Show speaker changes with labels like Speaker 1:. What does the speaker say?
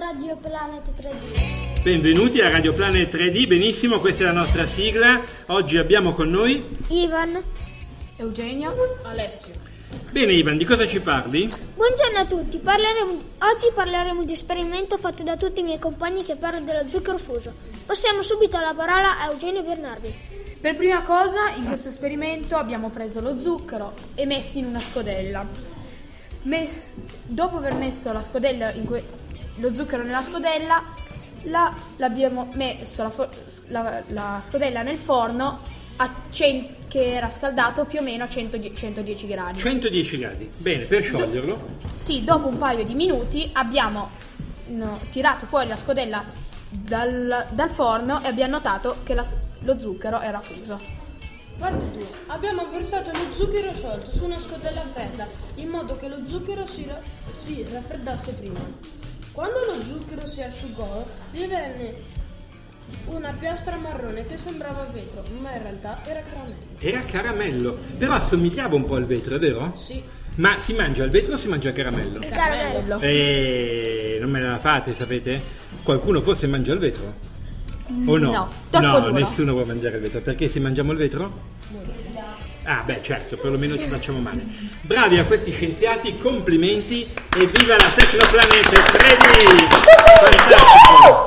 Speaker 1: Radio Planet 3D.
Speaker 2: Benvenuti a Radio Planet 3D, benissimo, questa è la nostra sigla. Oggi abbiamo con noi.
Speaker 1: Ivan.
Speaker 3: Eugenia, Alessio.
Speaker 2: Bene, Ivan, di cosa ci parli?
Speaker 1: Buongiorno a tutti, parleremo- oggi parleremo di esperimento fatto da tutti i miei compagni che parlano dello zucchero fuso. Passiamo subito alla parola a Eugenio Bernardi.
Speaker 3: Per prima cosa, in questo esperimento abbiamo preso lo zucchero e messo in una scodella. Me- dopo aver messo la scodella in que- lo zucchero nella scodella, la- l'abbiamo messo la, for- la- la scodella nel forno a cen- che era scaldato più o meno a 110 110 gradi.
Speaker 2: 110 gradi. Bene, per scioglierlo.
Speaker 3: Sì, dopo un paio di minuti abbiamo no, tirato fuori la scodella dal, dal forno e abbiamo notato che la- lo zucchero era fuso.
Speaker 4: Guarda tu, abbiamo versato lo zucchero sciolto su una scodella fredda in modo che lo zucchero si, ra- si raffreddasse prima. Quando lo zucchero si asciugò, divenne una piastra marrone che sembrava vetro, ma in realtà era caramello.
Speaker 2: Era caramello, però assomigliava un po' al vetro, è vero?
Speaker 4: Sì,
Speaker 2: Ma si mangia al vetro o si mangia al caramello?
Speaker 1: Caramello.
Speaker 2: Eh, non me la fate, sapete? Qualcuno forse mangia il vetro? O no?
Speaker 3: no, troppo duro.
Speaker 2: nessuno vuole mangiare il vetro, perché se mangiamo il vetro? Ah, beh, certo, perlomeno ci facciamo male. Bravi a questi scienziati, complimenti e viva la Tecnoplaneta 3D! Fantastico!